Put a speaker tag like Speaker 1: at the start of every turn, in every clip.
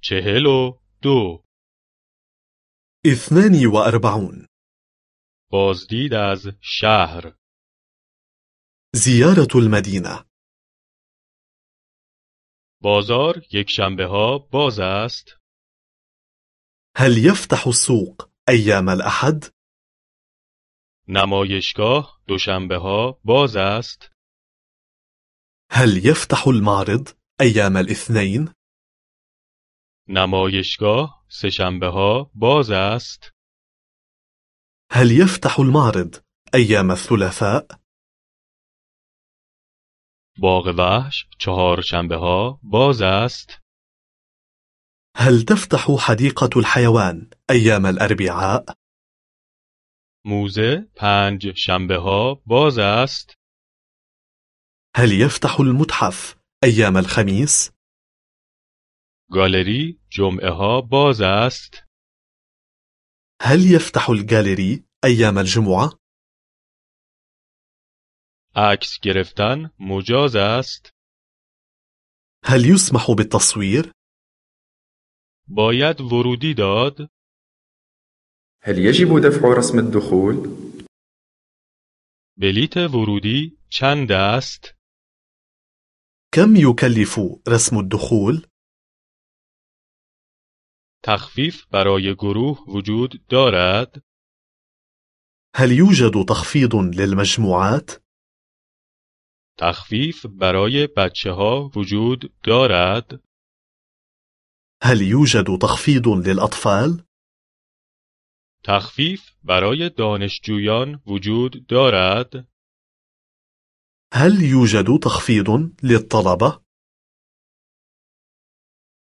Speaker 1: چهل و دو
Speaker 2: اثنان وأربعون
Speaker 1: بازدید از شهر
Speaker 2: زيارة المدينة
Speaker 1: بازار یک شنبه ها باز است
Speaker 2: هل يفتح السوق أيام الأحد؟
Speaker 1: نمایشگاه دوشنبه ها باز است
Speaker 2: هل يفتح المعرض أيام الاثنين؟
Speaker 1: نمایشگاه سه شنبه ها باز است
Speaker 2: هل يفتح المعرض أيام الثلاثاء؟
Speaker 1: باغ وحش چهار شنبه ها باز است
Speaker 2: هل تفتح حديقة الحيوان أيام الأربعاء؟
Speaker 1: موزه پنج شنبه ها باز است
Speaker 2: هل يفتح المتحف أيام الخميس؟
Speaker 1: گالری جمعه ها باز است
Speaker 2: هل يفتح الجاليري أيام الجمعة؟
Speaker 1: عکس گرفتن مجاز است
Speaker 2: هل يسمح بالتصوير؟
Speaker 1: باید ورودی داد
Speaker 3: هل يجب دفع رسم الدخول؟
Speaker 1: بلیت ورودی چند است
Speaker 2: كم يكلف رسم الدخول؟
Speaker 1: تخفیف برای گروه وجود دارد
Speaker 2: هل يوجد تخفيض للمجموعات؟
Speaker 1: تخفیف برای بچه ها وجود دارد
Speaker 2: هل يوجد تخفيض للأطفال؟
Speaker 1: تخفیف برای دانشجویان وجود دارد
Speaker 2: هل يوجد تخفيض للطلبة؟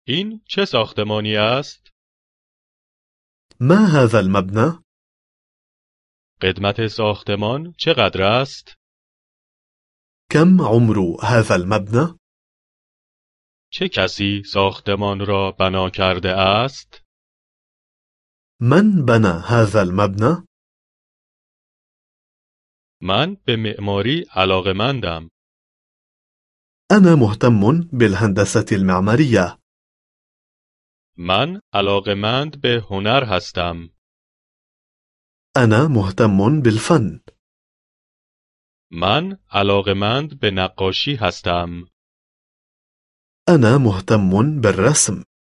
Speaker 1: این چه ساختمانی است
Speaker 2: ما هذا المبنى؟
Speaker 1: قدمت ساختمان چقدر است
Speaker 2: كم عمر هذا المبنى؟
Speaker 1: چه کسی ساختمان را بنا کرده است
Speaker 2: من بنى هذا المبنى؟
Speaker 1: من به معماری علاقمندم
Speaker 2: أنا مهتم بالهندسة المعمارية
Speaker 1: من علاقمند به هنر هستم
Speaker 2: أنا مهتم بالفن
Speaker 1: من علاقمند به نقاشی هستم
Speaker 2: أنا مهتم بالرسم